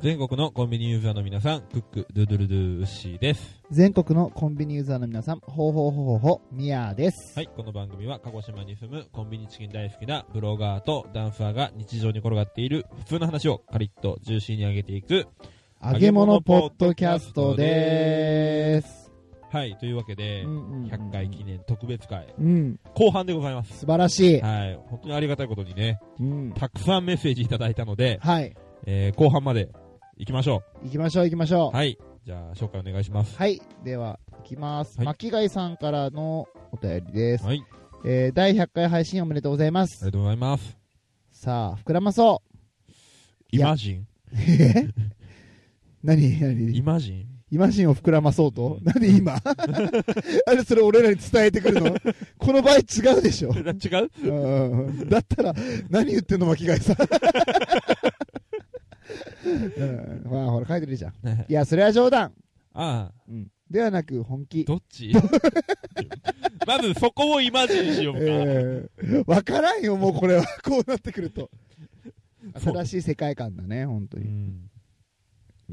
全国のコンビニユーザーの皆さん、クック、ドゥドゥルドゥウッシーです。全国のコンビニユーザーの皆さん、ほうほうほうほうほう、ミヤーです。はい、この番組は鹿児島に住むコンビニチキン大好きなブロガーとダンサーが日常に転がっている普通の話をカリッとジューシーに上げていく。揚げ物ポッドキャストでーす。はい、というわけで、100 100回記。念特別会、うん、後半でございます。素晴らしい。はい、本当にありがたいことにね、うん。たくさんメッセージいただいたので、はい。えー後半まで行きましょ行きましょう行きましょう。う。はい、じゃあ紹介お願いします。はい。では、行きます。はい巻貝さんからのお便りです。はい、あえー、第100回配信おめでとうございまりす。がとうございます。さあ、膨らまそう。 いイやマジンえ何何イマジン今シーンを膨らまそうと、なんで今 あれ、それ俺らに伝えてくるの この場合違うでしょ。違ううんだったら、何言ってんの、巻貝さん。うんまあ、ほら、書いてるじゃん。ねいや、それは冗談。ああ、うんではなく、本気。どっち まずそこをイマジンしようえか。ーわからんよ、もうこれは。こうなってく ると。新しい世界観だね、本当うに。ん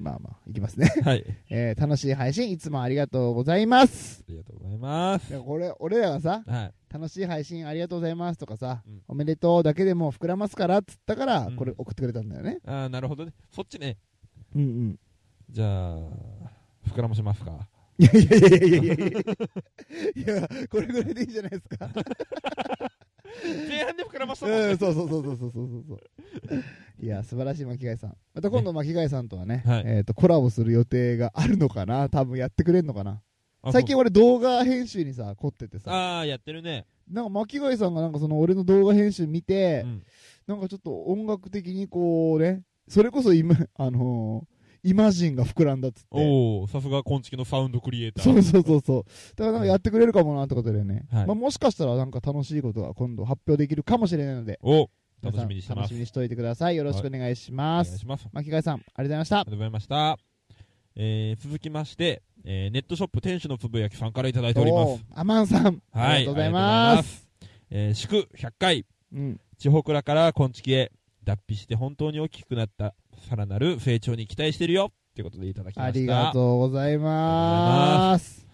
まあまあ、いきますね。はい。えー楽しい配信、いつもありがとうございます。ありがとうございます。いやこれ、俺らがさ、はい。楽しい配信ありがとうございますとかさ、うんおめでとうだけでも膨らますからっつったから、うんこれ送ってくれたんだよね。ああ、なるほどね。そっちね。うんうん。じゃあ、膨らませますか。いやいやいやいやいやいやいやいや、これぐらいでいいじゃないですか。前半で膨らましたもんうねん、。そうそうそうそうそうそうそう。いや、素晴らしい巻貝さん。また今度巻貝さんとはね、はいえっ、と、コラボする予定があるのかな多分やってくれんのかなあ最近そう俺動画編集にさ、凝っててさ、ああ、やってるね。なんか巻貝さんがなんかその俺の動画編集見て、うんなんかちょっと音楽的にこうね、それこそ今、あのーイマジンが膨らんだっつって。おお、さすが昆虫のサウンドクリエイター。そうそうそうそう。だからなんかやってくれるかもなってことだよね。はいまあ、もしかしたらなんか楽しいことが今度発表できるかもしれないので、お楽皆さしんみにしてます。楽しみにしておいてください。よろしくお願いしまおす。願いします。あ巻貝さん、ありがとうございまりがとうございました。えー、続きまして、えー、ネットショップ店主のつぶやきさんからいただいしてた。おりまおーす。アマンさん、はいありがとうございま。ありがとうございますえー、祝100回。うん、地方倉から昆虫へ脱皮して本当に大きくなったさらなる成長に期待してるよってことでいただきましたありがとうございます。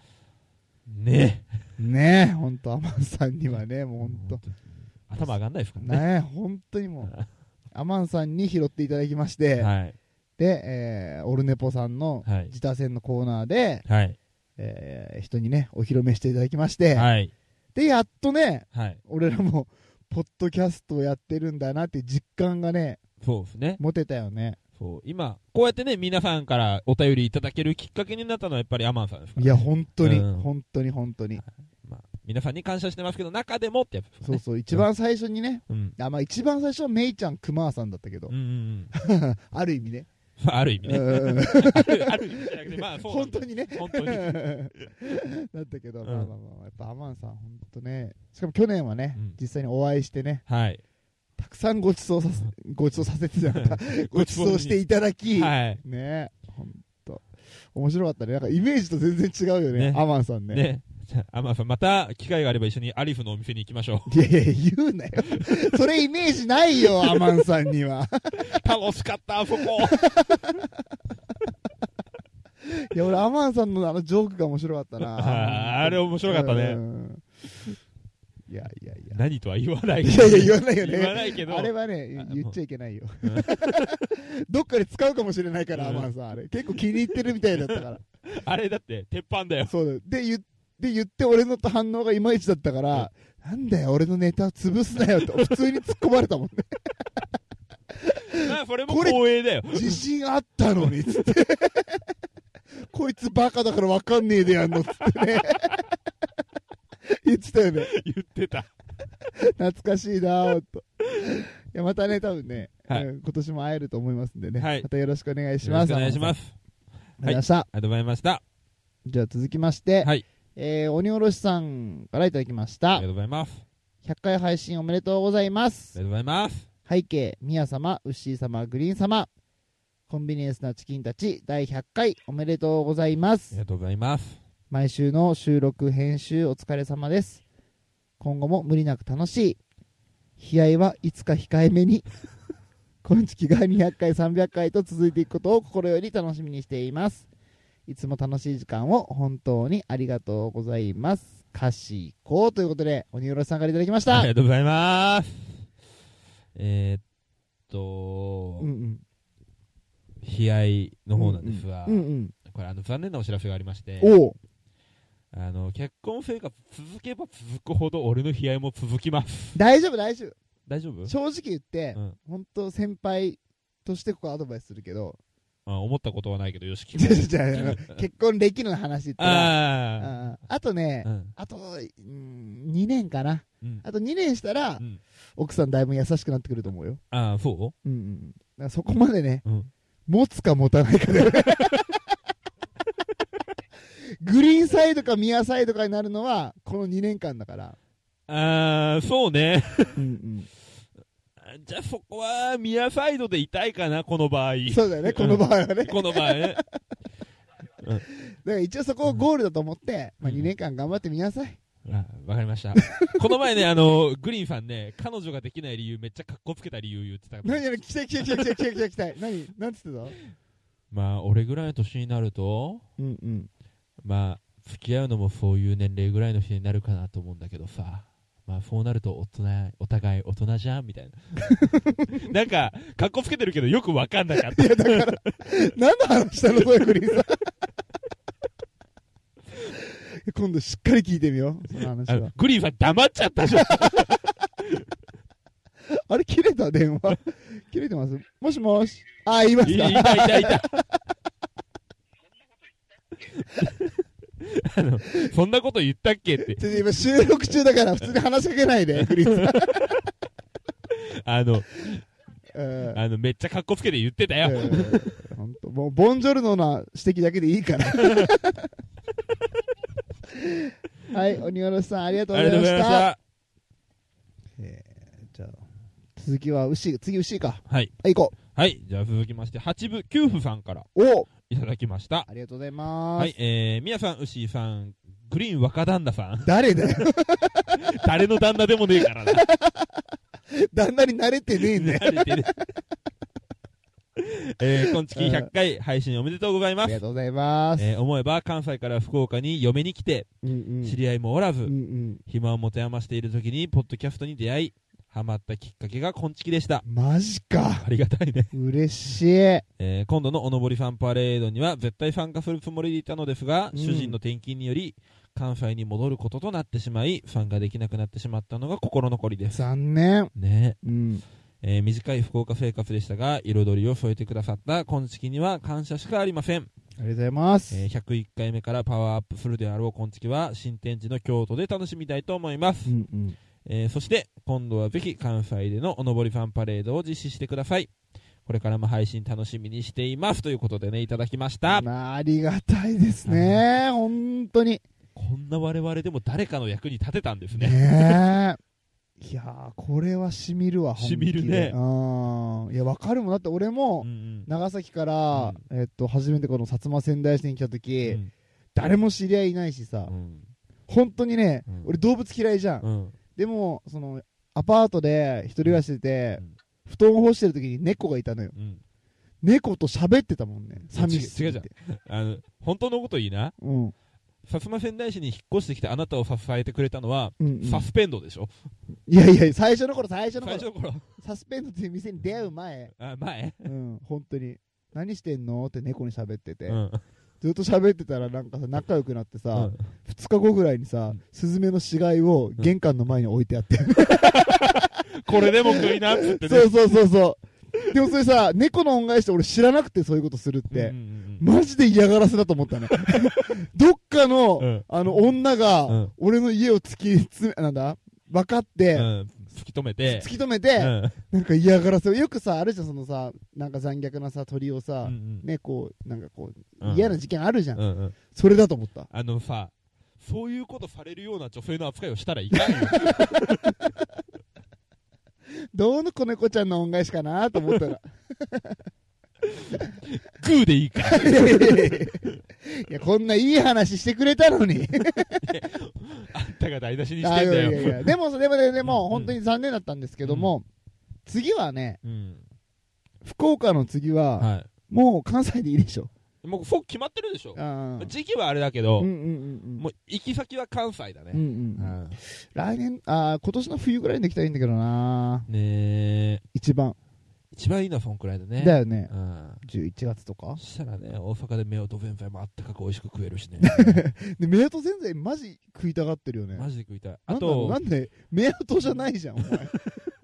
ねねえ、ほんと、アマンさんにはね、もうほんと、頭上がんないですからねねえ、ほんとにもう、アマンさんに拾っていただきまして、はいで、えーオルネポさんのはい自他戦のコーナーで、はいえー人にね、お披露目していただきまして、はいで、やっとね、はい俺らも、ポッドキャストをやってるんだなって実感がね、そうですね持てたよね。そう今こうやってね皆さんからお便りいただけるきっかけになったのはやっぱりアマンさんですかいらや、本当に、うん本当に、本当に。まあ皆さんに感謝してますけど中でもってやつですそねうそう、一番最初にね、うんあ、まあ一番最初はメイちゃん、クマーさんだったけどうん、うんうんある意味ね。ま あある意味ねうんあるある意味じゃなくてまあそうなん本だ当にね。 本当にだったけど、うんまあまあまあ、やっぱアマンさん、本当ね、しかも去年はね、うん実際にお会いしてね、はいたくさんご馳走させ、ご馳走させてじゃなかった ご馳走していただき、はいね、本当面白かったね。なんかイメージと全然違うよね、ねアマンさんね。ねじゃあアマンさんまた機会があれば一緒にアリフのお店に行きましょういやいや、言うなよ。それイメージないよ、アマンさん には。 楽しかった、あそこ。いや、俺、アマンさんのあのジョークが面白かったな。 あーあれ面白かったねうん。いやいやい や。何とは言わないいやいや、言わないよね。言わないけど。あれはねあ、言っちゃいけないようん。 どっかで使うかもしれないから、アうんマンさん、あれ。結構気に入ってるみたいだったから。あれだって、鉄板 だよ。そうだよ。で、言って、言って俺の反応がいまいちだったから、なんだよ、俺のネタ潰すなよって、普通に突っ込まれ たもんね。まあ、それもこれ光栄だよ。自信あったのに、つって。 こいつバカだからわかんねえでやんの、つってね。言ってたよね。言ってた。懐かしいなぁ、ほんと。いや、またね、多分ね、はいうん今年も会えると思いますんでね。はいまたよろしくお願いします。。お願いしますす。ありがとうございました。ありがとうございました。あじゃあ続きまして、はいえー、鬼おろしさんからいただきましりたが。とうございます。あ100回配信おめでとうございまりす。がとうございます。背景、宮様、ウッシー様、グリーン様、コンビニエンスなチキンたち第100回おめでとうございまありす。がとうございます。毎週の収録、編集お疲れ様です。今後も無理なく楽しい。悲哀はいつか控えめに。今月が200回、300回と続いていくことを心より楽しみにしています。いつも楽しい時間を本当にありがとうございます。かしこうということで、鬼よろしさんからいただきましあたり。がとうございます。えー、っとうんう、ん。悲哀の方なんですが、うんうん。これあの残念なお知らせがありまして、おうあの結婚生活続けば続くほど俺の悲哀も続きます。大丈夫大丈夫。大丈夫正直言って、うん本当先輩としてここアドバイスするけど、あ思ったことはないけど、よしき じゃああの結婚歴の話ってああああとね、あ。うん。あと、うん、2年かなうん。あと2年したら、うん奥さんだいぶ優しくなってくると思うよ、ああ、そうんうん、だからそこまでねううん。持つか持たないかでグリーンサイドかミアサイドかになるのはこの2年間だから、ああ、そうね。うんじゃあそこは、ミアサイドで痛いかな、この場合。うん、そうだよねこの場合はねだかこの場合ね。ら一応そこをゴールだと思って、まあ、うん2年間頑張ってみなさいあわかりました。この前ね、あの、グリーンさんね、彼女ができない理由、めっちゃ格好つけた理由言ってた。何やら来たい来たい来たい来たい来たい来たい何何つってたまあ、俺ぐらいの年になると、うんうんまあ、付き合うのもそういう年齢ぐらいの人になるかなと思うんだけどさ。まあ、そうなると大人、お互い大人じゃんみたい な。なんか、格好つけてるけどよくわかんなかった。何の話したのそれグリーンさん今度しっかり聞いてみようその話あはのグリーンさん黙っちゃったでしょ。あれ切れた電話切れてますもしもしあ言いまいすいたかいたい た。あのそんなこと言ったっけって、ちょっと今収録中だから普通に話しかけないでグリーンさんあの、うんあのめっちゃ格好つけて言ってたよ。うんほんともうボンジョルノな指摘だけでい いからはい鬼おろしさんありがとうあごりざがいとうまごしざいましたた。じゃあ続きは牛次牛かはい。はい行こはい。じゃあ続きまして、八部九夫さんからうおいただきました。ありがとうございます、はい。えー、みやさん、うしーさん、グリーン若旦那さん。 誰だよ 誰の旦那でもねえからな。旦那に慣れてねえん だよ慣れてる。えー、今月100回配信おめでとうございあまりすが。とうございます、えー、思えば関西から福岡に嫁に来て、うんうん知り合いもおらず、うんうん暇を持て余している時にポッドキャストに出会いハマったきっかけがこんちきでしたマジかありがたいね、嬉しいえー今度のおのぼりさんパレードには絶対参加するつもりでいたのですが、うん主人の転勤により関西に戻ることとなってしまい参加できなくなってしまったのが心残りです残念ねうんえー短い福岡生活でしたが彩りを添えてくださったこんちきには感謝しかありません、ありがとうございます、えー101回目からパワーアップするであろうこんちきは新天地の京都で楽しみたいと思いますうんうんえーそして今度はぜひ関西でのおのぼりファンパレードを実施してくださいこれからも配信楽しみにしていますということでねいただきましたまあ、ありがたいですね本当にこんな我々でも誰かの役に立てたんですねねえいやーこれはしみるわしみるね本気でうんいやわかるもんだって俺も、うんうん長崎から、えっと初めてこの薩摩仙台市に来た時、うん誰も知り合いいないしさ、うん本当にね、うん俺動物嫌いじゃん、うんでもそのアパートで一人暮らししてて、うん布団を干してる時に猫がいたのようん猫と喋ってたもんね寂しす違うじぎてゃんあの本当のこといいなうんうん薩摩仙台市に引っ越してきてあなたを支えてくれたのは、うんサスペンドでしょいやいや最初の頃最初の最頃初の頃サスペンドっていう店に出会う前あ前うん本当に何してんのって猫に喋ってて、うんずっと喋ってたらなんかさ仲良くなってさ、うん2日後ぐらいにさ、うんスズメの死骸を玄関の前に置いてあって、 これでも食いなっつってねそうそうそうそうでもそれさ猫の恩返しって俺知らなくてそういうことするって、うんうんマジで嫌がらせだと思っ たねどっかの,、うんあの女うがん俺の家を突き詰めなんだ分かって、うんうん突き止めて突き止めて、うんなんか嫌がらせをよくさあるじゃんそのさなんか残虐なさ鳥をさ、うんねこうなんかこう、うん嫌な事件あるじゃん、うんうんそれだと思ったあのさ、そう いうことされるような女性の扱いをしたらいかんよ。どうの子猫ちゃんの恩返しかなと思った ら。グーでいいから。いやいやいやいや、こんないい話してくれたのに。あんたが台無しにしあていんだやよ。いやいやでも、でも、でうも、ん本当に残念だったんですけども、次はね、うん。福岡の次は、はもう関西でいいでしょ。い。もう、フォー決まってるでしょ。あー時期はあれだけうど、んうんうんもう行き先は関西だうん。うんうね。ん。来年、あー今年の冬ぐらいにできたらいいんだけどなねえ。一番。一番いいのはそんくらいだね。だよね。うん。 11月とかそしたらね、大阪で目をとぜんざいもあったかく美味しく食えるしね。で、メアト全然マジ食いたがってるよね。マジで食いたい。あなんだろうなと、んで、目音じゃないじゃん、お前。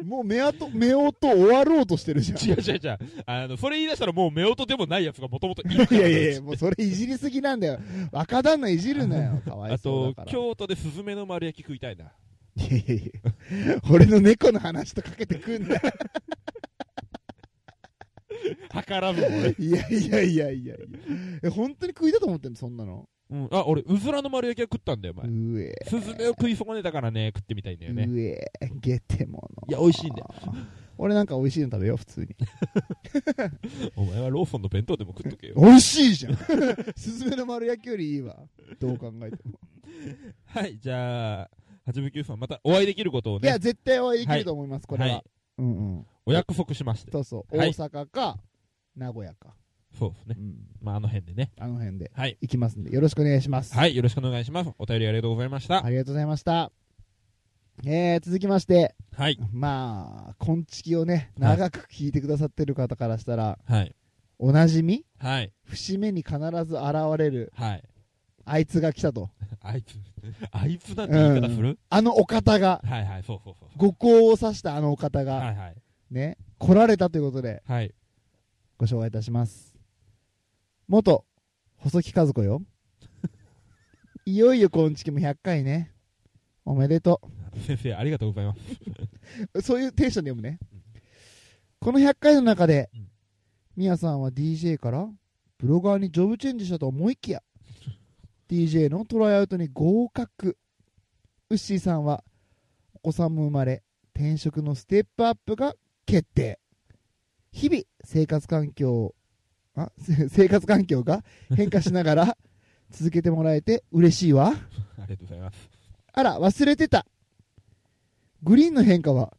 もう目音、目音終わろうとしてるじゃん。違う違う違う。あの、それ言い出したらもう夫婦でもないやつがもともといるいからやいやいや、もうそれいじりすぎなんだよ。若旦那いじるなよ、かわあいそうとだ、から。京都でスズメの丸焼き食いたいな。いやいやいや、俺の猫の話とかけてくんなよ。はからずも俺。 いやいやいやいやいや。え、本当に食いたと思ってんの、そんなの。うん。あ、俺、うずらの丸焼きは食ったんだよ、前。うえ、スズメを食い損ねたからね、食ってみたいんだよね。うえ、ゲテモノ。いや美味しいんだよ。俺なんか美味しいの食べよう、普通に。お前はローソンの弁当でも食っとけよ。美味しいじゃん。 すずめの丸焼きよりいいわ。どう 考えても。 はい、じゃあ、八分九さん、またお会いできることをいね、や、絶対お会いできると思います、これは。はいうんうん。お約束しまして。そうそう、はい大阪か名古屋か、そうですねう。ん、まあ、あの辺でね。あの辺ではい。行きますんでよろしくお願いします、はい、よろしくお願いします。お便りありがとうございました。ありがとうございましたえー、続きましてはい。まあ昆虫をねはい長く聞いてくださってる方からしたら、はい。おなじみはい。節目に必ず現れるはい。あいつが来たとあいつ、あいつなんて言い方する、あのお方がはいはい、そうそうそうそ五行を指したあのお方が、う。はいはい。ね来られたということではい。ご紹介いたします元細木和子よいよいよ昆虫も100回ねおめでとう先生、ありがとうございます。 そういうテンションで読むね。この100回の中でうん、みやさんは DJ からブロガーにジョブチェンジしたと思い きや、DJ のトライアウトに合格。ウッシーさんは、お子さんも生まれ、転職のステップアップが決定。日々、生活環境、あ、せ 生活環境が変化しながら、続けてもらえて嬉しいわ。ありがとうございます。あら、忘れてた。グリーンの変化は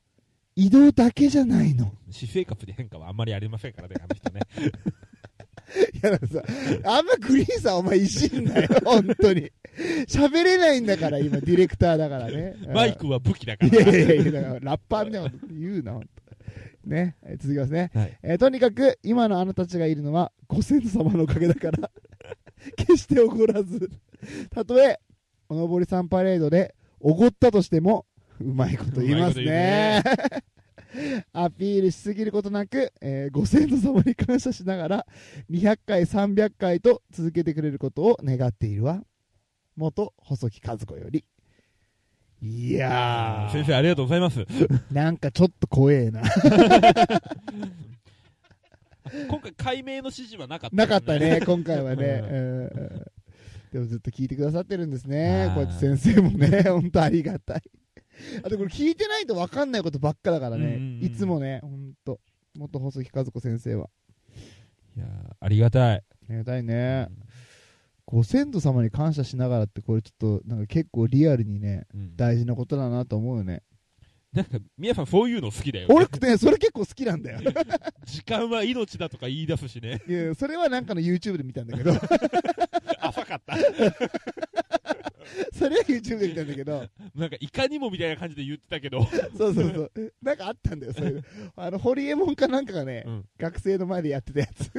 移動だけじゃないの。 私生活で変化はあんまりありませんからね、あの人ね。いや、だからさ、あんまグリーンさんお前いじんなよ、本当に。喋れないんだから、今、ディレクターだからね。マイクは武器だかうんいやら。いやいや、だからラッパーみたいなこと言うな、本当ね、え続きますね、はいえーとにかく、今のあなたたちがいるのは、ご先祖様のおかげだから、決しておごらず、たとえ、おのぼりさんパレードで、おごったとしても、うまいこと言いますね。アピールしすぎることなく、えーご先祖様に感謝しながら、200回、300回と続けてくれることを願っているわ。元細木和子より。いやー。先生、ありがとうございます。なんかちょっと 怖えな。今回、解明の指示は なかった、なかった。ね、今回はうね。うんでもずっと聞いてくださってるんですはね。いこうやって先生もね、 本当ありがたい。あとこれ聞いてないと分かんないことばっかだからうんうんね。うんいつもね、本当元細木和子先生は。いやーありがたい。ありがたいね。ご先祖様に感謝しながらって、これちょっと、なんか結構リアルにね、うん大事なことだなと思うよね。なんか、皆さんそういうの好きだよ。俺ね、それ結構好 きなんだよ。時間は命だとか言い出すしね。いや、それはなんかの YouTube で見たんだけど、 浅かった。それは YouTube で見たんだけど、なんか、いかにもみたいな感じで言ってたけど。 そうそうそう。なんかあったんだよ、そういう。あの、ホリエモンかなんかがね、うん学生の前でやってたやつ。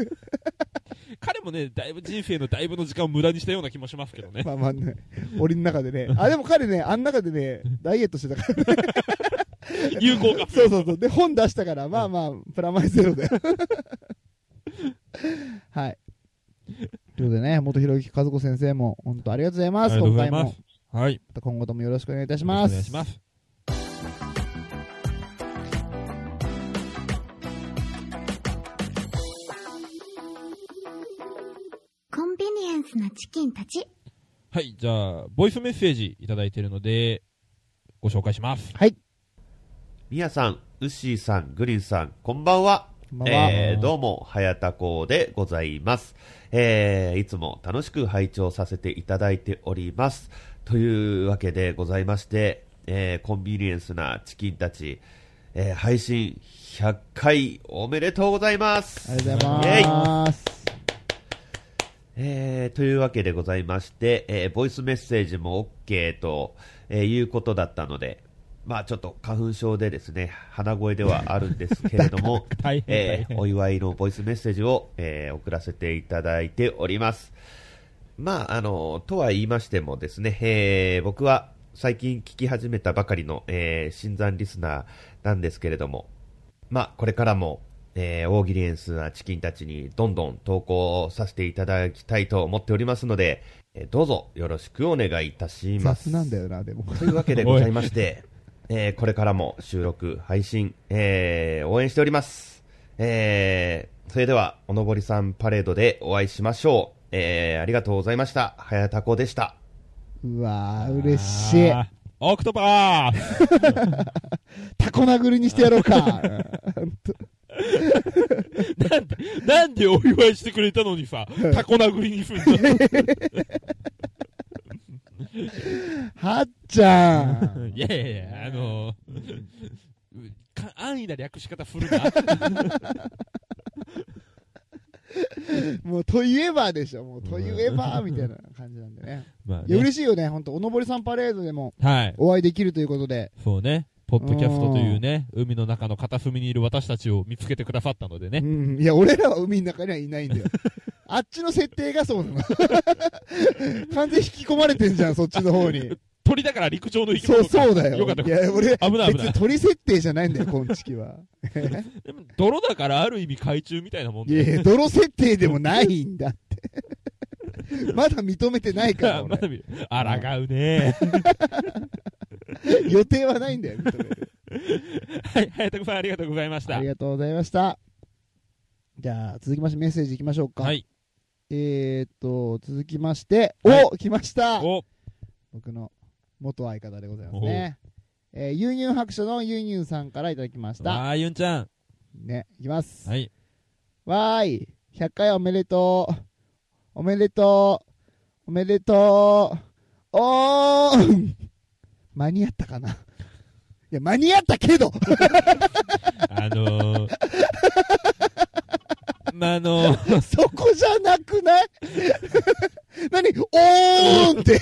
彼もね、だいぶ人生のだいぶの時間を無駄にしたような気もしますけど ね。まあまあね、俺の中でね。あ、でも彼ね、あん中でね、ダイエットして たから。有効活そうそうそう。で、本出したから、まあまあ、プラマイゼロだよ。 はい。ということでね、元ひろゆき和子先生も、本当ありがとうございます。ありがとうござい今ま回すも、。はい。また今後ともよろしくお願いいたしよろまくお願いすし。ます。コンビニエンスなチキンたち。はい、じゃあ、ボイスメッセージいただいているので、ご紹介します。、はい。みやさん、うっしーさん、グリーンさん、こんばんは。こんばんはえーどうも、はやたこうでございます。えーいつも楽しく拝聴させていただいております。というわけでございまして、えーコンビニエンスなチキンたち、えー配信100回おめでとうございます。ありがとうござイいェイます。えーというわけでございまして、えーボイスメッセージも OK と、えーいうことだったので、まあちょっと花粉症でですね、鼻声ではあるんですけれど も大変大え変ーお祝いのボイスメッセージを、えー送らせていただいております。まあ、あの、とは言いましてもですね、えー僕は最近聞き始めたばかりの、えー新参リスナーなんですけれども、まあ、これからも、えー大喜利エンスなチキンたちにどんどん投稿させていただきたいと思っておりますので、えーどうぞよろしくお願いいたします。雑なんだよな、でも。というわけでございまして、えーこれからも収録、配信、えー応援しております。えーそれでは、おのぼりさんパレードでお会いしましょう。えーありがとうございました。はやたこでした。うわー、嬉しい。あー。オクトパータコ殴りにしてやろうか。なん で、なんでお祝いしてくれたのにさ、タコ殴りに踏んだのはっちゃん。 いやいやいや、あのー、か安易な略し方振 るな。もう、といえばでしょ。もう、といえば、みたいな感じなんでね。まあいや、嬉しいよね。ほんと、おのぼりさんパレードでもはい。お会いできるということで。そうね。ポッドキャストというね、海の中の片隅にいる私たちを見つけてくださったのでうね。ん。いや、俺らは海の中にはいないんだよ。 あっちの設定が そうなの。完全に引き込まれてんじゃん、そっちの方に。鳥だから陸上の生きそ物う、かそうだよ。よかったいや、俺、危ない危別なにい。鳥設定じゃないんだ よ、今月は。でも泥だからある意味海中みたいなもんいで。やいや、泥設定でもないんだ って。まだ認めてないから、 まだ俺見るあらがうね。予定はないんだよ、認める。 はい、早田子さんありがとうございましあたり。がとうございました。じゃあ、続きましてメッセージいきましょうか。はい。えーっと、続きまして、はいお来ましたお、僕の元相方でございますね。えー、ユーニュン白書のユーニュンさんからいただきました。あーゆんちゃん。ね、いきます。はい。わーい、100回おめでとう。おめでとう。おめでとう。おーん間に合ったかないや、間に合ったけど あのー、まあ、あのー、そこじゃなくない 何おーんって。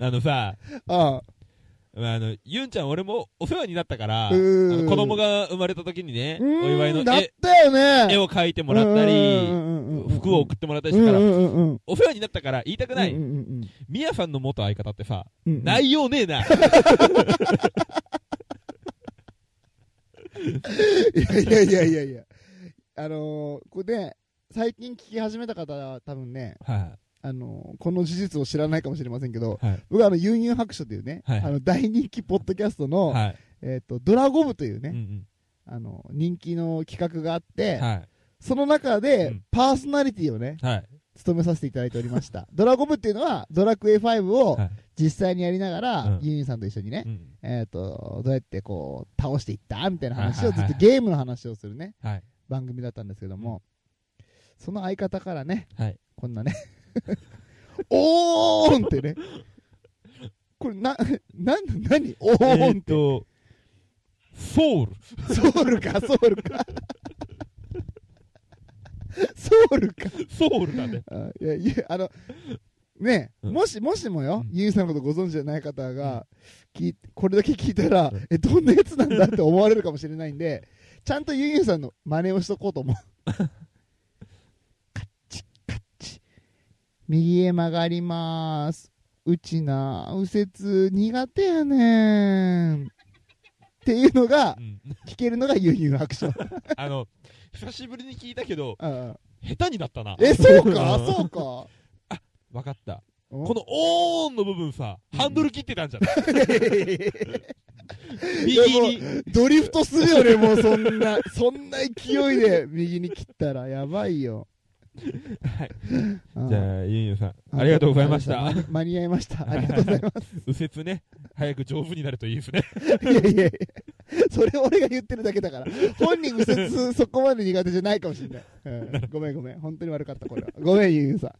あのさ、あまあ、あの、ゆんちゃん俺もお世話になったから、あうーんの子供が生まれた時にね、うおーん祝いのだっ絵たよね絵を描いてもらったり、服を送っってもらったたりしたから、ら、お世話になったから言いたくない。なみやさんの元相方ってさ、内容ねえな。いやいやいやいやいや。あのー、これね、最近聞き始めた方は多分ね、はあのー、この事実を知らないかもしれませんけど、い。はい。僕はあの、ユーニュン白書というね、はいあの、大人気ポッドキャストの、はい。えっ、と、ドラゴブといううんね、あの、人気の企画があって、うん。はその中うでん、パーソナリティをね、い。はい。務めさせていただいておりました。ドラゴブっていうのは、ドラクエ5をはい実際にやりながら、うんユーニュンさんと一緒にね、うんえっ、と、どうやってこう、倒していったみたいな話をはいずはいはっいとゲームの話をするね、はい。番組だったんですけども、その相方からね、はいこんなね、 おーんってね、これな、なん、何おえーんーっって、と、ソウル。 ソウルか、ソウルか。ソウルか。ソウルだね。あいや、いや、あの、ねえ、うんもし、もしもようん、ユ、う、さんのことご存知じゃない方が、聞いこれだけ聞いたら、え、どんなやつなんだって思われるかもしれないんで、 ちゃんとユンユンさんの真似をしとこうと思う。カッチ、カッチ。右へ曲がりまーす。うちな、右折苦手やねん。っていうのがう、ん。聞けるのがユンユンアクション。あの、久しぶりに聞いたけど、うん下手になったな。え、そうかうんそうかわかった。ここのオーンの部分さ、ハンドル切ってたんじゃない 右に。ドリフ トするよね、もうそんな、そんな勢いで右に切ったらやばいよ。はい。うんじゃあ、ゆんゆんさん、ありがとうございました間。に間に合いました。ありがとうご ざいます。右折ね、早く丈夫になるといいです ね。いやいやいやそれ俺が言ってるだけだから。本人右折そこまで苦手じゃないかもしれない。うんごめんごめん。本当に悪かった、これは。ごめん、ゆうゆうさん。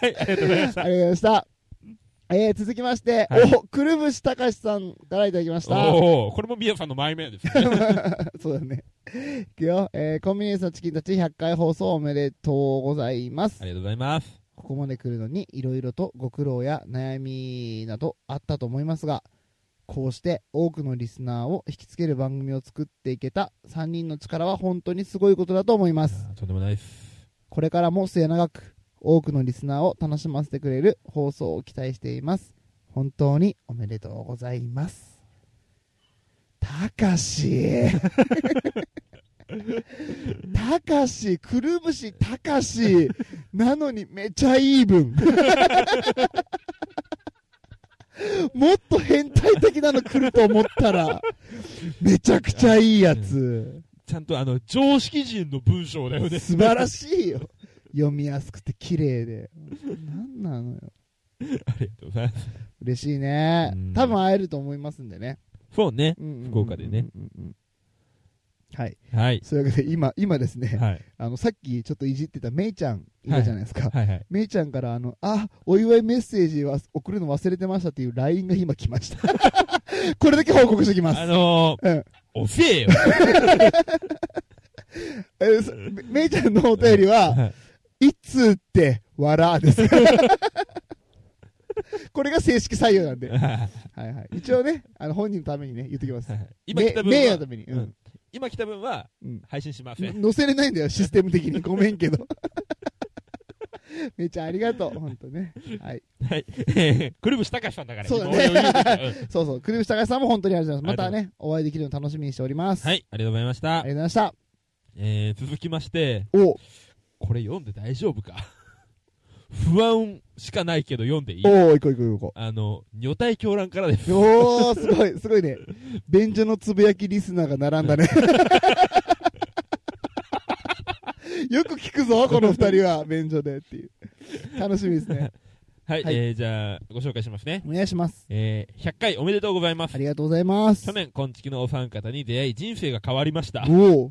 はい、ありがとうございました。ありがとうございました。えー、続きまして、はいお、くるぶし隆さんからいただきました。おお、これもみやさんの前面 ですね。そうだね。いくよ。えー、コンビニエンスのチキンたち100回放送おめでとうございますあ。りがとうございます。ここまで来るのに、いろいろとご苦労や悩みなどあったと思いますが、こうして多くのリスナーを引きつける番組を作っていけた3人の力は本当にすごいことだと思います。とんでもないです。これからも末永く多くのリスナーを楽しませてくれる放送を期待しています。本当におめでとうございます。たかしたかし、くるぶしたかし、なのにめちゃイーブン。もっと変態的なの来ると思ったら、めちゃくちゃいいやつ。ちゃんとあの、常識人の文章だよ ね。素晴らしいよ。読みやすくて綺麗で。なんなのよ。ありがとうございます。嬉しいねうん。多分会えると思いますんでね。そうね。うんうんうんうん福岡でね。うんうんはい。はい。そういうわけで、今、今ですね、はい。あの、さっきちょっといじってためいちゃんいたじゃないですか。はいはい。めいちゃんから、あの、あ、お祝いメッセージは送るの忘れてましたっていう LINE が今来 ました。これだけ報告してきますあ。のうんー、遅えよ。えーそめめいちゃんのお便りは、はいいつって、わらです。 これが正式採用なんで。はいはい。一応ね、あの、本人のためにね、言っときます。今来た分 めめいのたは、めに。ううんん。今来た分はうん。配信しません。載せれないんだよ、システム的に。ごめんけど。 めいちゃんありがとう。ほんとね。はい。はい。えーくるぶしたかしさんだから。そうだねも余裕ですようんそうそう。くるぶし高橋さんも本当にありがとうございます。まあたりね、お会いできるの楽しみにしております。はい。ありがとうございましあたり。がとうございましえー続きまして、た。おこれ読んで大丈夫か不安しかないけど読んでいいおおいこういこういこう。あの、女体狂乱からです。おー、すごい、すごいね。便所のつぶやきリスナーが並ん だね。よく聞くぞ、この二人は、便所でっていう。楽しみですね。はい、はいえー、じゃあ、ご紹介しますね。お願いします。えー、100回おめでとうございまあす。りがとうございます去。年、こんちきのお三方に出会い、人生が変わりました。おー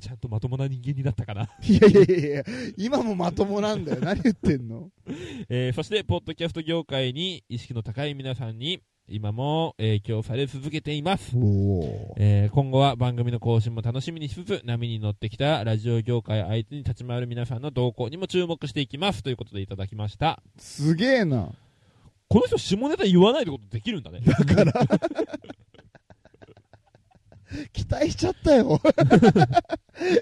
ちゃんとまともな人間になったかな。いやいやいやいや、今もまともなんだよ。何言ってんのえー、そして、ポッドキャスト業界に意識の高い皆さんに、今も影響され続けています。おえー、今後は番組の更新も楽しみにしつつ、波に乗ってきたラジオ業界相手に立ち回る皆さんの動向にも注目していきます。ということでいただきました。すげえな。この人、下ネタ言わないってことできるんだ ね。期待しちゃっ たよ。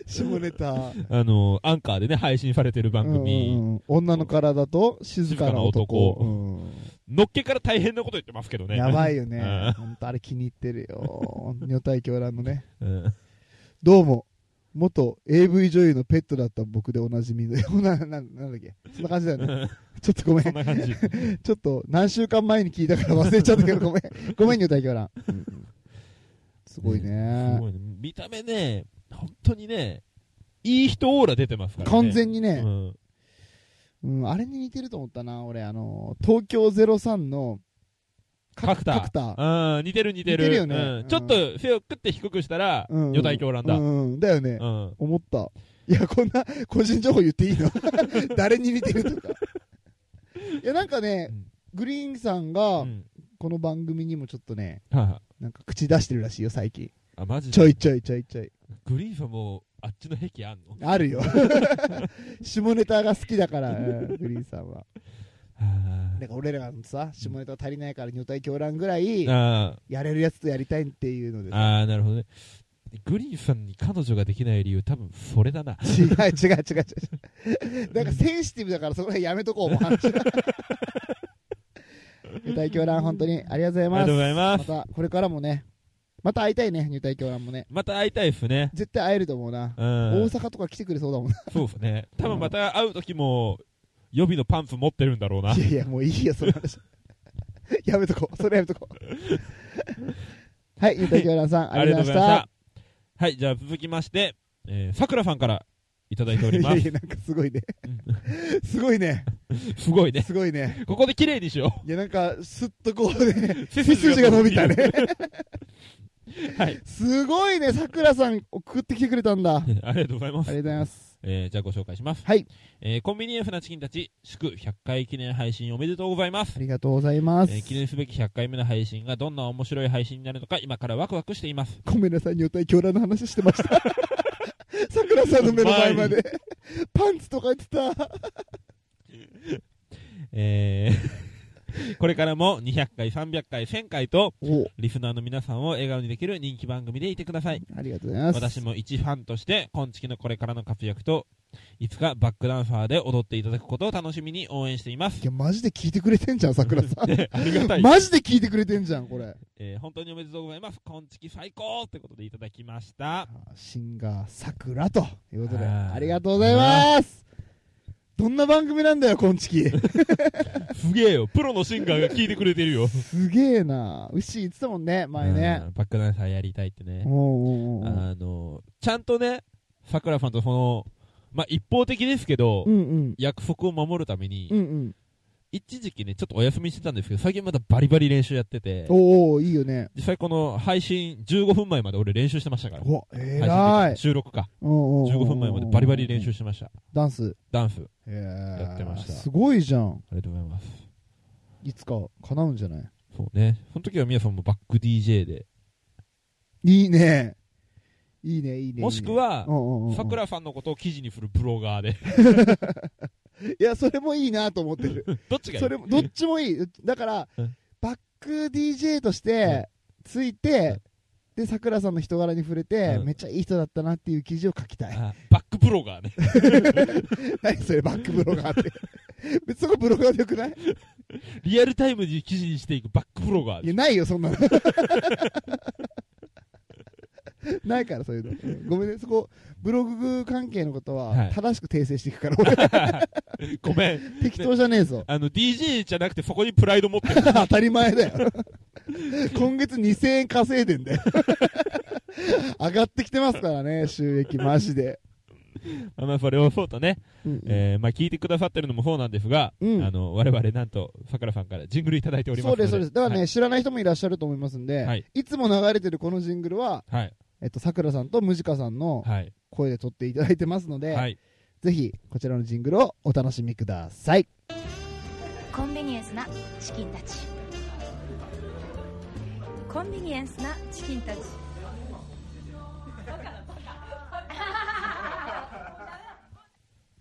下ネタ。あの、アンカーでね、配信されてる番組。うんうんうん女の体と静かな男。静かな男うんのっけから大変なこと言ってますけどね。やばいよねうん。本当あれ気に入ってるよ。女体狂乱のね。 うんどうも、元 AV 女優のペットだった僕で おなじみの、な、な、なんだっけ。そんな感じだよね。ちょっとごめそんん。な感じ。ちょっと何週間前に聞いたから忘れちゃったけど、ごめん。ごめん、女体狂乱。うんうんすごいすね。ごいね見た目ね、本当にね、いい人オーラ出てますからね。完全にねう、ん。うん、あれに似てると思ったな、俺。あの、東京03の角田角田。うん、似てる似てる。似てるよねうんうんちょっと背をクッて低くしたら、うん女体狂乱だ。ううん。んうんだよね。思った。いや、こんな個人情報言っていいの 誰に似てるとか。いや、なんかね、うんグリーンさんうが、んこの番組にもちょっとね、はいはいなんか口出してるらしいよ、最近。あ、マジちで。ょいちょいちょいちょい。グリーンさんも、あっちの壁あんのある よ。下ネタが好きだから、 うんグリーンさんは。あなんか俺らのさ、下ネタ足りないから女体狂乱ぐらい、あやれるやつとやりたいっていうのでー、さ。あーなるほどね。グリーンさんに彼女ができない理由、多分それだな。違う違う違う違う。なんかセンシティブだからそこら辺やめとこう、もう話。女体狂乱、本当にありがとうございありまがすとう。ございま。ますた、これからもね、また会いたいね、入隊狂乱もね。また会いたいっすね。絶対会えると思うな。う大ん。阪とか来てくれそうだもんな。そうですね。多分また会う時も、予備のパンツ持ってるんだろうな。いやいや、もういいよ、その話。 やめとこう、それやめとこう。 はい、入隊狂乱さん、ありがとうごありがとうございざいました。ました。はい、じゃあ続きまして、えー、さくらさんからいただいておりまいすやいや、なんかすごいね。すごいね。すごいねすごいね。ここで綺麗にしよいや、なんか、すっとこうねう、背筋が伸び たね。はいすごいね、さくらさん送ってきてくれたんだ。あり ありがとうございまがすとうございます。えーじゃあご紹介しますはいえーコンビニエンスなチキンたち祝100回記念配信おめでとうございますありがとうございます。えー記念すべき100回目の配信がどんな面白い配信になるのか今からワクワクしていますごめんなさい、女体狂乱の話してま した。さくらさんの目の前まで。パンツとか言ってた。えー これからも200回、300回、1000回とおリスナーの皆さんを笑顔にできる人気番組でいてください。ありがとうございます。私も一ファンとして、今月のこれからの活躍と、いつかバックダンサーで踊っていただくことを楽しみに応援していますい。や、マジで聞いてくれてんじゃん、さくらさ ん。でありがたい、マジで聞いてくれてんじゃん、これ。えー本当におめでとうございます。今月最高ってことでいただきました。シンガー、さくらということで、あーありがとうございます。どんな番組なんだよ、こん ちき。 すげえよ。プロのシンガーが聞いてくれてるよ。すげえな。牛言ってたもんね、前ね。うんバックダンサーやりたいってね。おうおうおうあの、ちゃんとね、さくらさんとその、まあ、一方的ですけど、うんうん。約束を守るために、うんうん。一時期ね、ちょっとお休みしてたんですけど、最近まだバリバリ練習やってて、おうおういいよね。実際この配信15分前まで俺練習してましたから。お、え配ら信い。収録か。おうおうおう15分前までバリバリ練習してました。ダンス。ダンス。ややってましたすごいじゃん。ありがとうございます。いつか叶うんじゃないそうね。その時はみやさんもバック DJ で、いいね。いいね、いいね。もしくは、さく桜。らさんのことを記事にするブロガーで、 いや、それもいいなと思って る。どっちがいいそれも、どっちもいい。だからうん、バック DJ として、ついて、で、さくらさんの人柄に触れて、うんめっちゃいい人だったなっていう記事を書きたい。あバックブロガーね。何それ、バックブロガーって。別にそこブロガーでよくないリアルタイムに記事にしていくバックブロガーい でや、ないよ、そんなの。ないから、そういうの。うんごめんね、そこ、ブログ関係のことは、はい正しく訂正していくから、俺、ごめん。適当じゃね えぞ。あの、DJ じゃなくてそこにプライド持って る。当たり前だよ。今月2000円稼いでんだよ。上がってきてますからね、収益、マジで。あまあ、それをそうとね、うんうんえーまあ、聞いてくださってるのもそうなんですが、うんあの我々なんと、さくらさんからジングルいただいておりますそのうでです、そうです。だからね、はい、知らない人もいらっしゃると思いますんで、はいい、つも流れてるこのジングルは、はい、えっと、さくらさんとムジカさんのはい、声で撮っていただいてますので、はい、ぜひ、こちらのジングルをお楽しみください。コンビニエンスなチキンたちコンビニエンスなチキンたち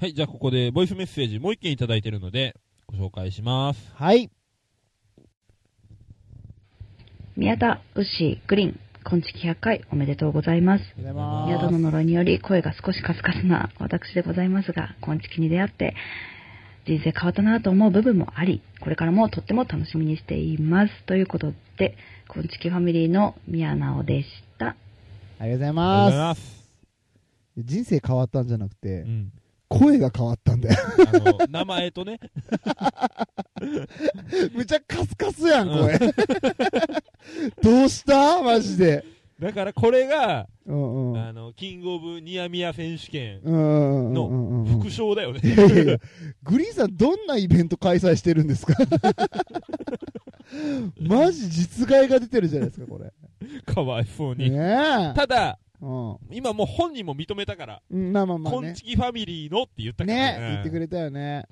はい、じゃあここでボイスメッセージ、もう一件いただいてるので、ご紹介します。はい。宮田、牛、グリーン、今月100回おめでとうございます。おはようあござ宮いま田の呪いにより声が少しカスカスな私でございますが、今月に出会って人生変わったなと思う部分もあり、これからもとっても楽しみにしています。ということで、今月ファミリーの宮直でした。す。ありがとうございありがとうございまます。す。人生変わったんじゃなくてう、ん、声が変わったんだよ。 あの名前とね、むちゃカスカスやん、声。 どうしたマジで。だからこれが、うんうん。あのキングオブニアミヤ選手権のの副賞だよね。いやいやいや、グリーンさん、どんなイベント開催してるんですか マジ実害が出てるじゃないですか、これ。かわいそうに。ねえ。ただ、うん今もう本人も認めたから、うん、まあまあまあこんね。ちきファミリーのって言ったからね言ってくれたよね。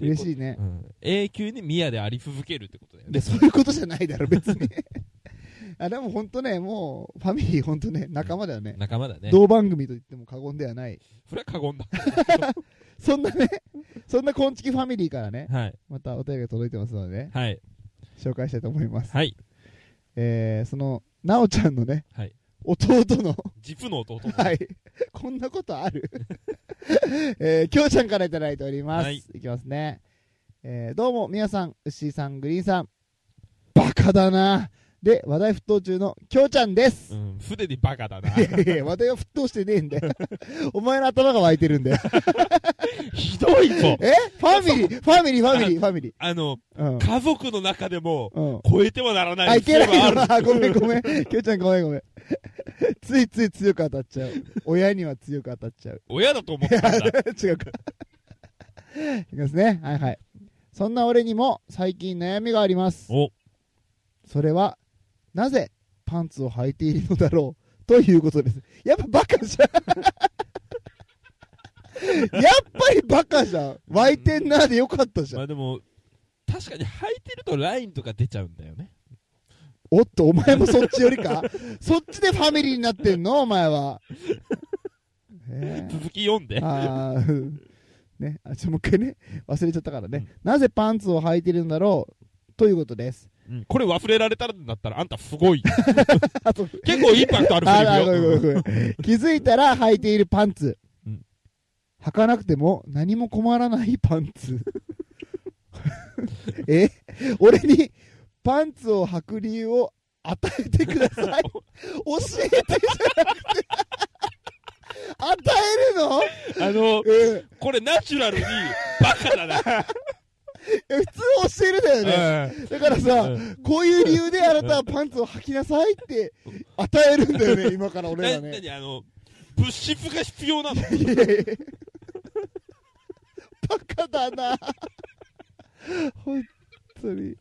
嬉しい。いねう。ん永久にミヤであり続けるってことだよねで、。そういうことじゃないだろ、別に。 あ、でも本当ね、もう、ファミリー本当ね、仲間だよね。仲間だね。同番組と言っても過言ではない。それは過言だ。そん なね、そんなこんちきファミリーからね、はい。またお便りが届いてますのでね、はい。紹介したいと思います。はい。えー、その、なおちゃんのね、はい弟の、 実の弟。はい。こんなことある えー、きょうちゃんからいただいております。はいい、きますね。えー、どうも、みやさん、うっしーさん、グリーンさん。バカだなで、話題沸騰中のきょうちゃんですう。ん、すでにバカ だな。いやいや話題は沸騰してねえんだよ。 お前の頭が湧いてるんだよ。ひどいぞ。えファミリー、ファミリー、ファミリー、ファミリー。あの、うん。家族の中でも、うん。超えてはならなあ、い。いけないそうよの はあるな。ごめんごめん。きょうちゃんごめんごめん。 ついつい強く当たっちゃう。親には強く当たっちゃう。 親だと思ってたんだ。違うか。いきますね。はいはい。そんな俺にも最近悩みがあります。お、それは、なぜパンツを履いているのだろうということです。やっぱバカじゃん。やっぱりバカじゃん。湧いてんなーでよかったじゃまん。あでも、確かに履いてるとラインとか出ちゃうんだよね。おっと、お前もそっちよりかそっちでファミリーになってんのお前は。え続き読んで。ー、あーうんね、あ、ちょ、もう一回ね、忘れちゃったからね。うんなぜパンツを履いてるんだろうということです。うんこれ忘れられたんだったら、あんたすごい。 あと、結構インパクトあるああごセめんリごめんフよ。ごめん気づいたら履いているパンツ、うん履かなくても何も困らないパンツ え俺にパンツを履く理由を与えてくだ さい教えてじゃなくて与えるの、あの、うんこれナチュラルに、バカだな。え普通教えるだよ ね、だからさ、うんこういう理由であなたはパンツを履きなさいって与えるんだよね今から俺ならね何あの、物質が必要なのいやいやいやバカだな本当に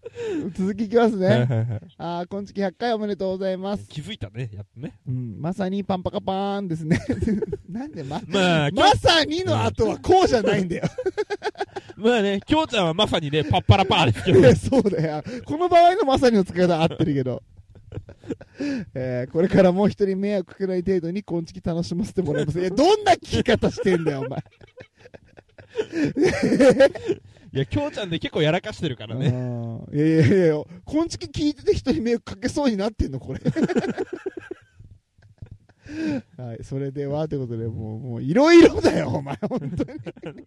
続きいきますねああ今月100回おめでとうございます、気づいたね、やっとね。うん、まさにパンパカパーンですね なんでままあ、きょまさにの後はこうじゃないんだよ。まあね、きょうちゃんはまさにね、パッパラパーですけいど。 や そうだよ。この場合のまさにの使い方合ってるけど。えーこれからもう一人迷惑かけない程度に今月楽しませてもらいます。いや、どんな聞き方してんだよ、お前。いや、きょうちゃんで結構やらかしてるからね。あーいやいやいやいや、こんちき聞いてて人に迷惑かけそうになってんの、これ。はい、それでは、ということで、もう、もう、いろいろだよ、お前、本当に。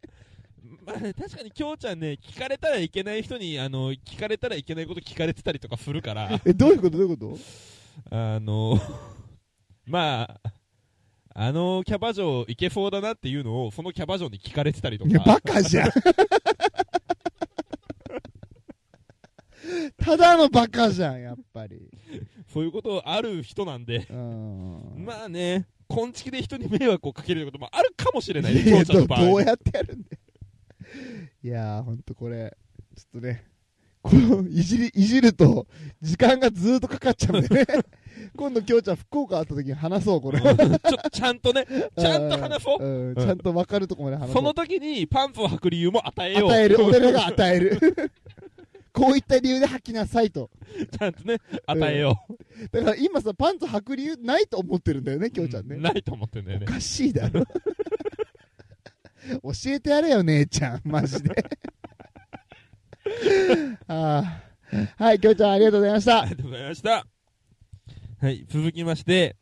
まあね、確かにきょうちゃんね、聞かれたらいけない人に、あの、聞かれたらいけないこと聞かれてたりとかするから、え、どういうこと、どういうことあの、 まあ、あのキャバ嬢行けそうだなっていうのを、そのキャバ嬢に聞かれてたりといや、かバ、カじゃん。 ただのバカじゃん、やっぱり。そういうことある人なんで、うん。まあね、根付きで人に迷惑をかけることもあるかもしれないね、いきょやうちゃんどの場合。どうやってやるんだよいやーほんとこれちょっとねこのいじりいじると時間がずーっとかかっちゃうんで ね今度きょうちゃん福岡会った時に話そうこれうん ちょちゃんとね、ちゃんと話そう。んんちゃんと分かるとこまで話そそうの時にパンツを履く理由も与えよう。与え る俺らが与えるこういった理由で吐きなさいとちゃんとね、与えよう。だから今さパンツ履く理由ないと思ってるんだよねきょうちゃんね、うないと思ってんだよおね。かしいだろ 教えてやれよ姉ちゃんマジで ああはいきょうちゃんありがとうございましあたりがとうございました。はい、続きまして、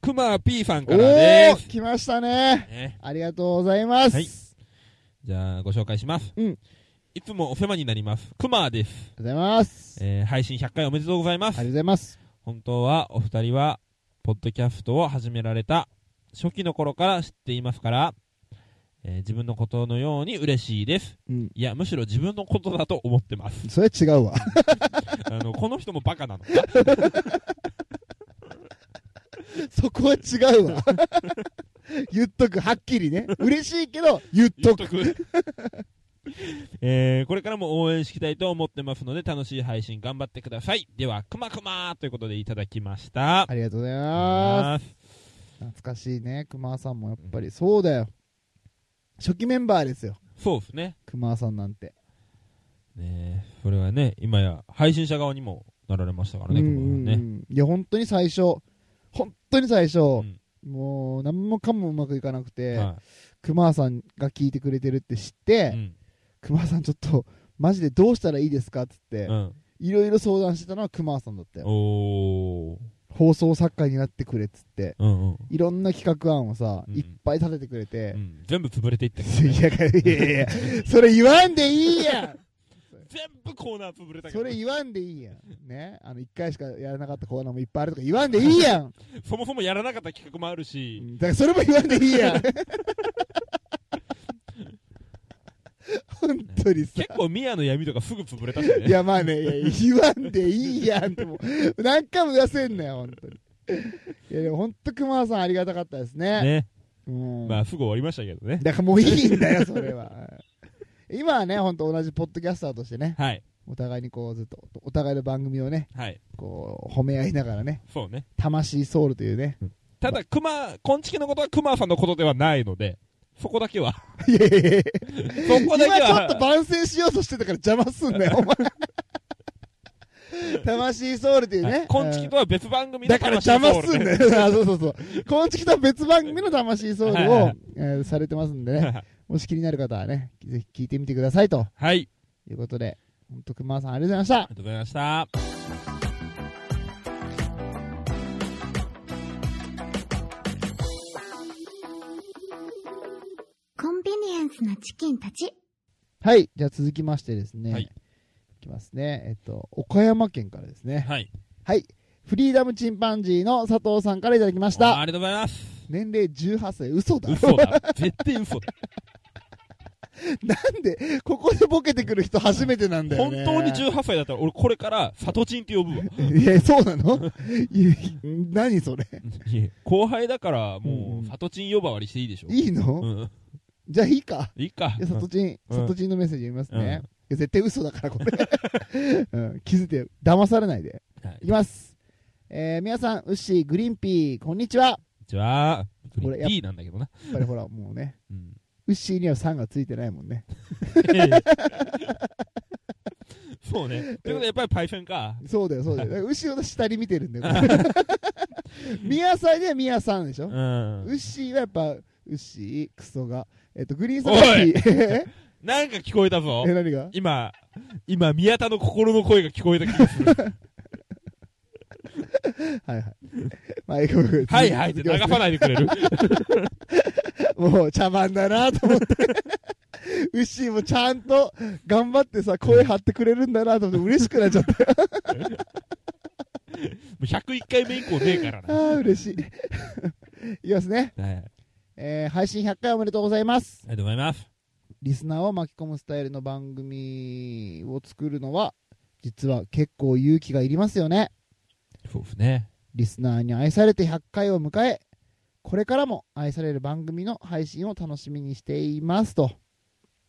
くま P さんおかおらでー来ましたねす。ね、ありがとうございます、はいじゃあ、ご紹介します。うんいつもお世話になります。くまです。ありがとうございます、えー配信100回おめでとうございますありがとう。ございます本当はお二人は、ポッドキャストを始められた初期の頃から知っていますから、えー自分のことのように嬉しいです。うんいや、むしろ自分のことだと思ってます。 それ違うわあの、この人もバカな のかそこは違うわ 言っとくはっきりね嬉しいけど言っ言っとくとく。 えーこれからも応援していきたいと思ってますので、楽しい配信頑張ってください。では、くまくまということでいただきました。ありがとうございますあー懐かしいね熊さんもやっぱりそうだよ初期メンバーですよそうですね。熊さんなんてねえそれはね、今や配信者側にもなられましたからね、うこんのうんうんね。いや本当に最初本当に最初、んもう何もかもうまくいかなくて、はクマさんが聞いてくれてるって知っいて、クマさんちょっとマジでどうしたらいいですかっつってうん。うんいろいろ相談してたのはクマさんだったよおー。放送作家になってくれっつってうんうんいろんな企画案をさ、うんいっぱい立ててくれてう、ん。全部潰れていったけどいやいやいやいやそれ言わんでいいやん全部コーナー潰れたけそどれ言わんでいいやん。ね。あの、一回しかやらなかったコーナーもいっぱいあるとか言わんでいいやん。そもそもやらなかった企画もあるし、だからそれも言わんでいいやん。本当にさ結。構ミアの闇とかすぐ潰れたしね。いや、まあね、いや言わんでいいやんってもう、何回も言わせんなよ、本当に。いいやでも本当熊田さんありがたかったですね。ね。うん。まあ、不合終わりましたけどね。だからもういいんだよ、それは。今はね、本当同じポッドキャスターとしてね、はい。お互いにこうずっと、お互いの番組をね、はい。こう、褒め合いながらね、そうね。魂ソウルというね。ただ、熊、こんちきのことは熊さんのことではないので、そこだけは。いやいやいやそこだけ 今ちょっとは。番宣しようとしてたから邪魔すんなよ、 お前。魂ソウルというね。こんちきとは別番組だから邪魔すん ね。だよ。あそうそうそう。こんちきとは別番組の魂ソウルはいをはいえーされてますんで ね。もし気になる方はね、ぜひ聞いてみてくださいとはい。いうことで、本当熊さんありがとうございまありがとうございました。コンビニエンスなチキンたち。した。はい。じゃあ続きましてですね。はいい。きますね。えっと、岡山県からですね。はい。はい。フリーダムチンパンジーの佐藤さんからいただきましあた。ありがとうございます。年齢18歳。嘘だ。嘘だ。絶対嘘だ。なんで、ここでボケてくる人初めてなんだよ本ね。当に18歳だったら、俺これから、サトチンって呼ぶわ。いや、そうなのいや何それ。いえ後輩だから、うんもうんう、サトチン呼ばわりしていいでしょ。いいの、うん。じゃあいいか。いいかい。や、さとちん、うんさとちんのメッセージ読みますね。ういや、絶対嘘だから、これ。 うん、気づいて、騙されないで。はいいきます。えー、皆さん、ウッシー、グリーンピー、こんにちは。やじゃあ、グリこれやーっン B なんだけどな。っぱりほら、もうね、うん。 ウッシーには3がついてないもんね。そうね。ということで、やっぱりパイセンか。そうだよ、そうだよ。だからウッシーの下に見てるんだよこ れ。ミヤさんにはミヤさんでしう。ょんウ。ッシーはやっぱ、ウッシー、クソが。えっと、グリーンさんおいはウッシーえ、なんか聞こえたぞ。 何が今、今、宮田の心の声が聞こえた気 がする。はいはい。まあ、いいことですはいはいって流さないでくれる。 もう茶番だなと思って。 ウッシーもちゃんと頑張ってさ、声張ってくれるんだなと思って嬉しくなっちゃった。 もう101回目以降ねえからあな。ー嬉しい。 いきますね。はい。ありえー配信100回おめでとうございます。がとうございます。リスナーを巻き込むスタイルの番組を作るのは、実は結構勇気がいりますよね。そうですね。リスナーに愛されて100回を迎え、これからも愛される番組の配信を楽しみにしています。と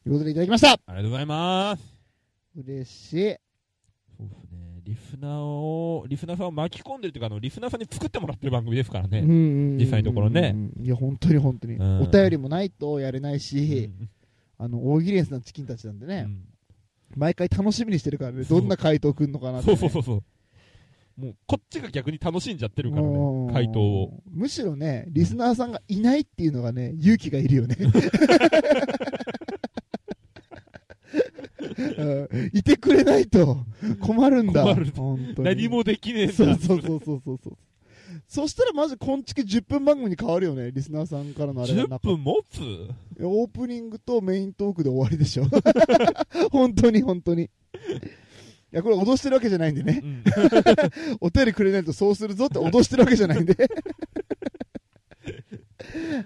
いうことでいただきました。ありがとうございます。嬉しい。そうですね。リスナーを、リスナーさんを巻き込んでるというか、あの、リスナーさんに作ってもらってる番組ですからね。実実際のところね。いや、本当に本当に。うんお便りもないとやれないし、うんあの、大喜利エンスなチキンたちなんでうね、ん毎回楽しみにしてるからね、そうどんな回答くんのかなっそてね。うそうそうそう。もう、こっちが逆に楽しんじゃってるからうんね、回答を。むしろね、リスナーさんがいないっていうのがね、勇気がいるよね。うんいてくれないと困るんだ。困る本当に何もできねえんだ。そうそうそうそうそうそう。そしたらマジ、こんちき10分番組に変わるよね、リスナーさんからのあれがな10かったら分持ついやオープニングとメイントークで終わりでしょ本当に本当にいやこれ脅してるわけじゃないんでねうん。お便りくれないとそうするぞって脅してるわけじゃないん で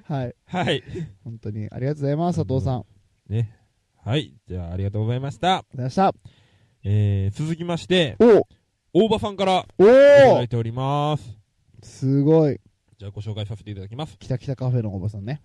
はいはい。本当にありがとうございます佐藤さんあね。はい。じゃあ、ありがとうございました。りがとうございえー、続きまして、ました大場さんからおいただおいております。すごいじゃあ、ご紹介させていただきます。きたきたカフェのおばさんね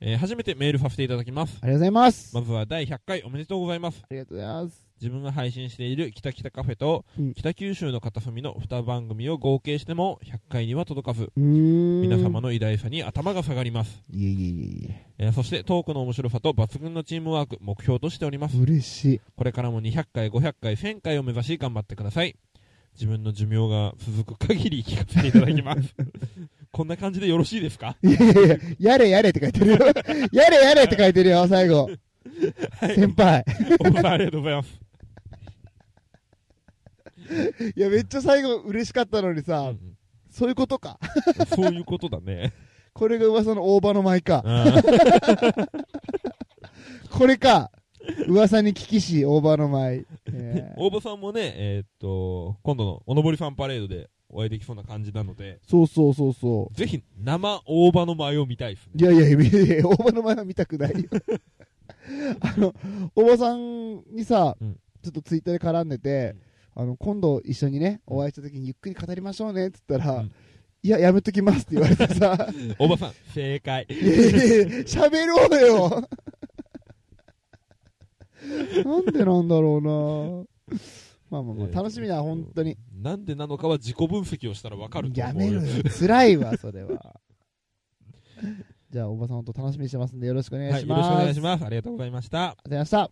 えー、初めてメールさせていただきます。ありがとうございます、まずは第100回おめでとうございます。ありがとうございます自分が配信している北北カフェとうん北九州の片隅の2番組を合計しても100回には届かず、うーん皆様のの偉大さに頭が下がります。いえいえいえいええーそしてトークの面白さと抜群のチームワーク目標としております。嬉しいこれからも200回、500回、1000回を目指し頑張ってください。自分の寿命が続く限り聞かせていただき ます。こんな感じでよろしいですかいやいやいや、やれやれって書い てるよ。やれやれって書いてるよ、最後。先輩。おばさんありがとうございます。いや、めっちゃ最後嬉しかったのにうさ、んそういうことか。そういうことだね。これが噂の大場の舞か。うんこれか。噂に聞きし、大場の舞。えー大場さんもね、えーっと、今度のおのぼりファンパレードでお会いできそうな感じなので、そうそうそうそぜひ生大場の舞を見たいですう。いね。やいやいやいや、大場の舞は見たくない よ。あの、大場さんにさ、うんちょっとツイッターで絡んでて、あの今度一緒にね、お会いした時にゆっくり語りましょうねって言ったら、うんいや、やめときますって言われてさ、おばさん、正解。 いやいやいや喋ろうよ。なんでなんだろうな。まあまあまあ、楽しみだ、本当に。なんでなのかは自己分析をしたらわかるとや思うめよろよ。辛いわ、それは。じゃあ、おばさんと楽しみにしてますんで、よろしくお願いはい、しよまろす。しくお願いしあます。ありがとうございました。りがとうございました。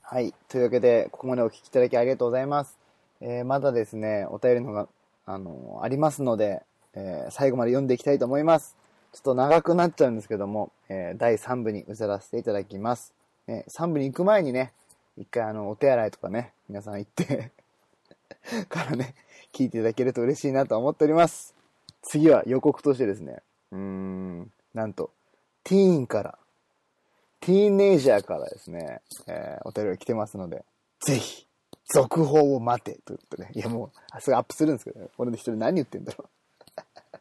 はい。というわけで、ここまでお聞きいただきありがとうございます。えーまだですね、お便りの方が、あのありますので、えー最後まで読んでいきたいと思います。ちょっと長くなっちゃうんですけども、えー第3部に移らせていただきます。ね、3部に行く前にね、一回あの、お手洗いとかね、皆さん行って、からね、聞いていただけると嬉しいなと思っております。次は予告としてですね、うーん、なんと、ティーンから、ティーンエイジャーからですね、えーお便りが来てますので、ぜひ、続報を待て、ということで。いや、もう、あ、すぐアップするんですけどね。俺の一人何言ってんだろ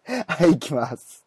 う。はい、行きます。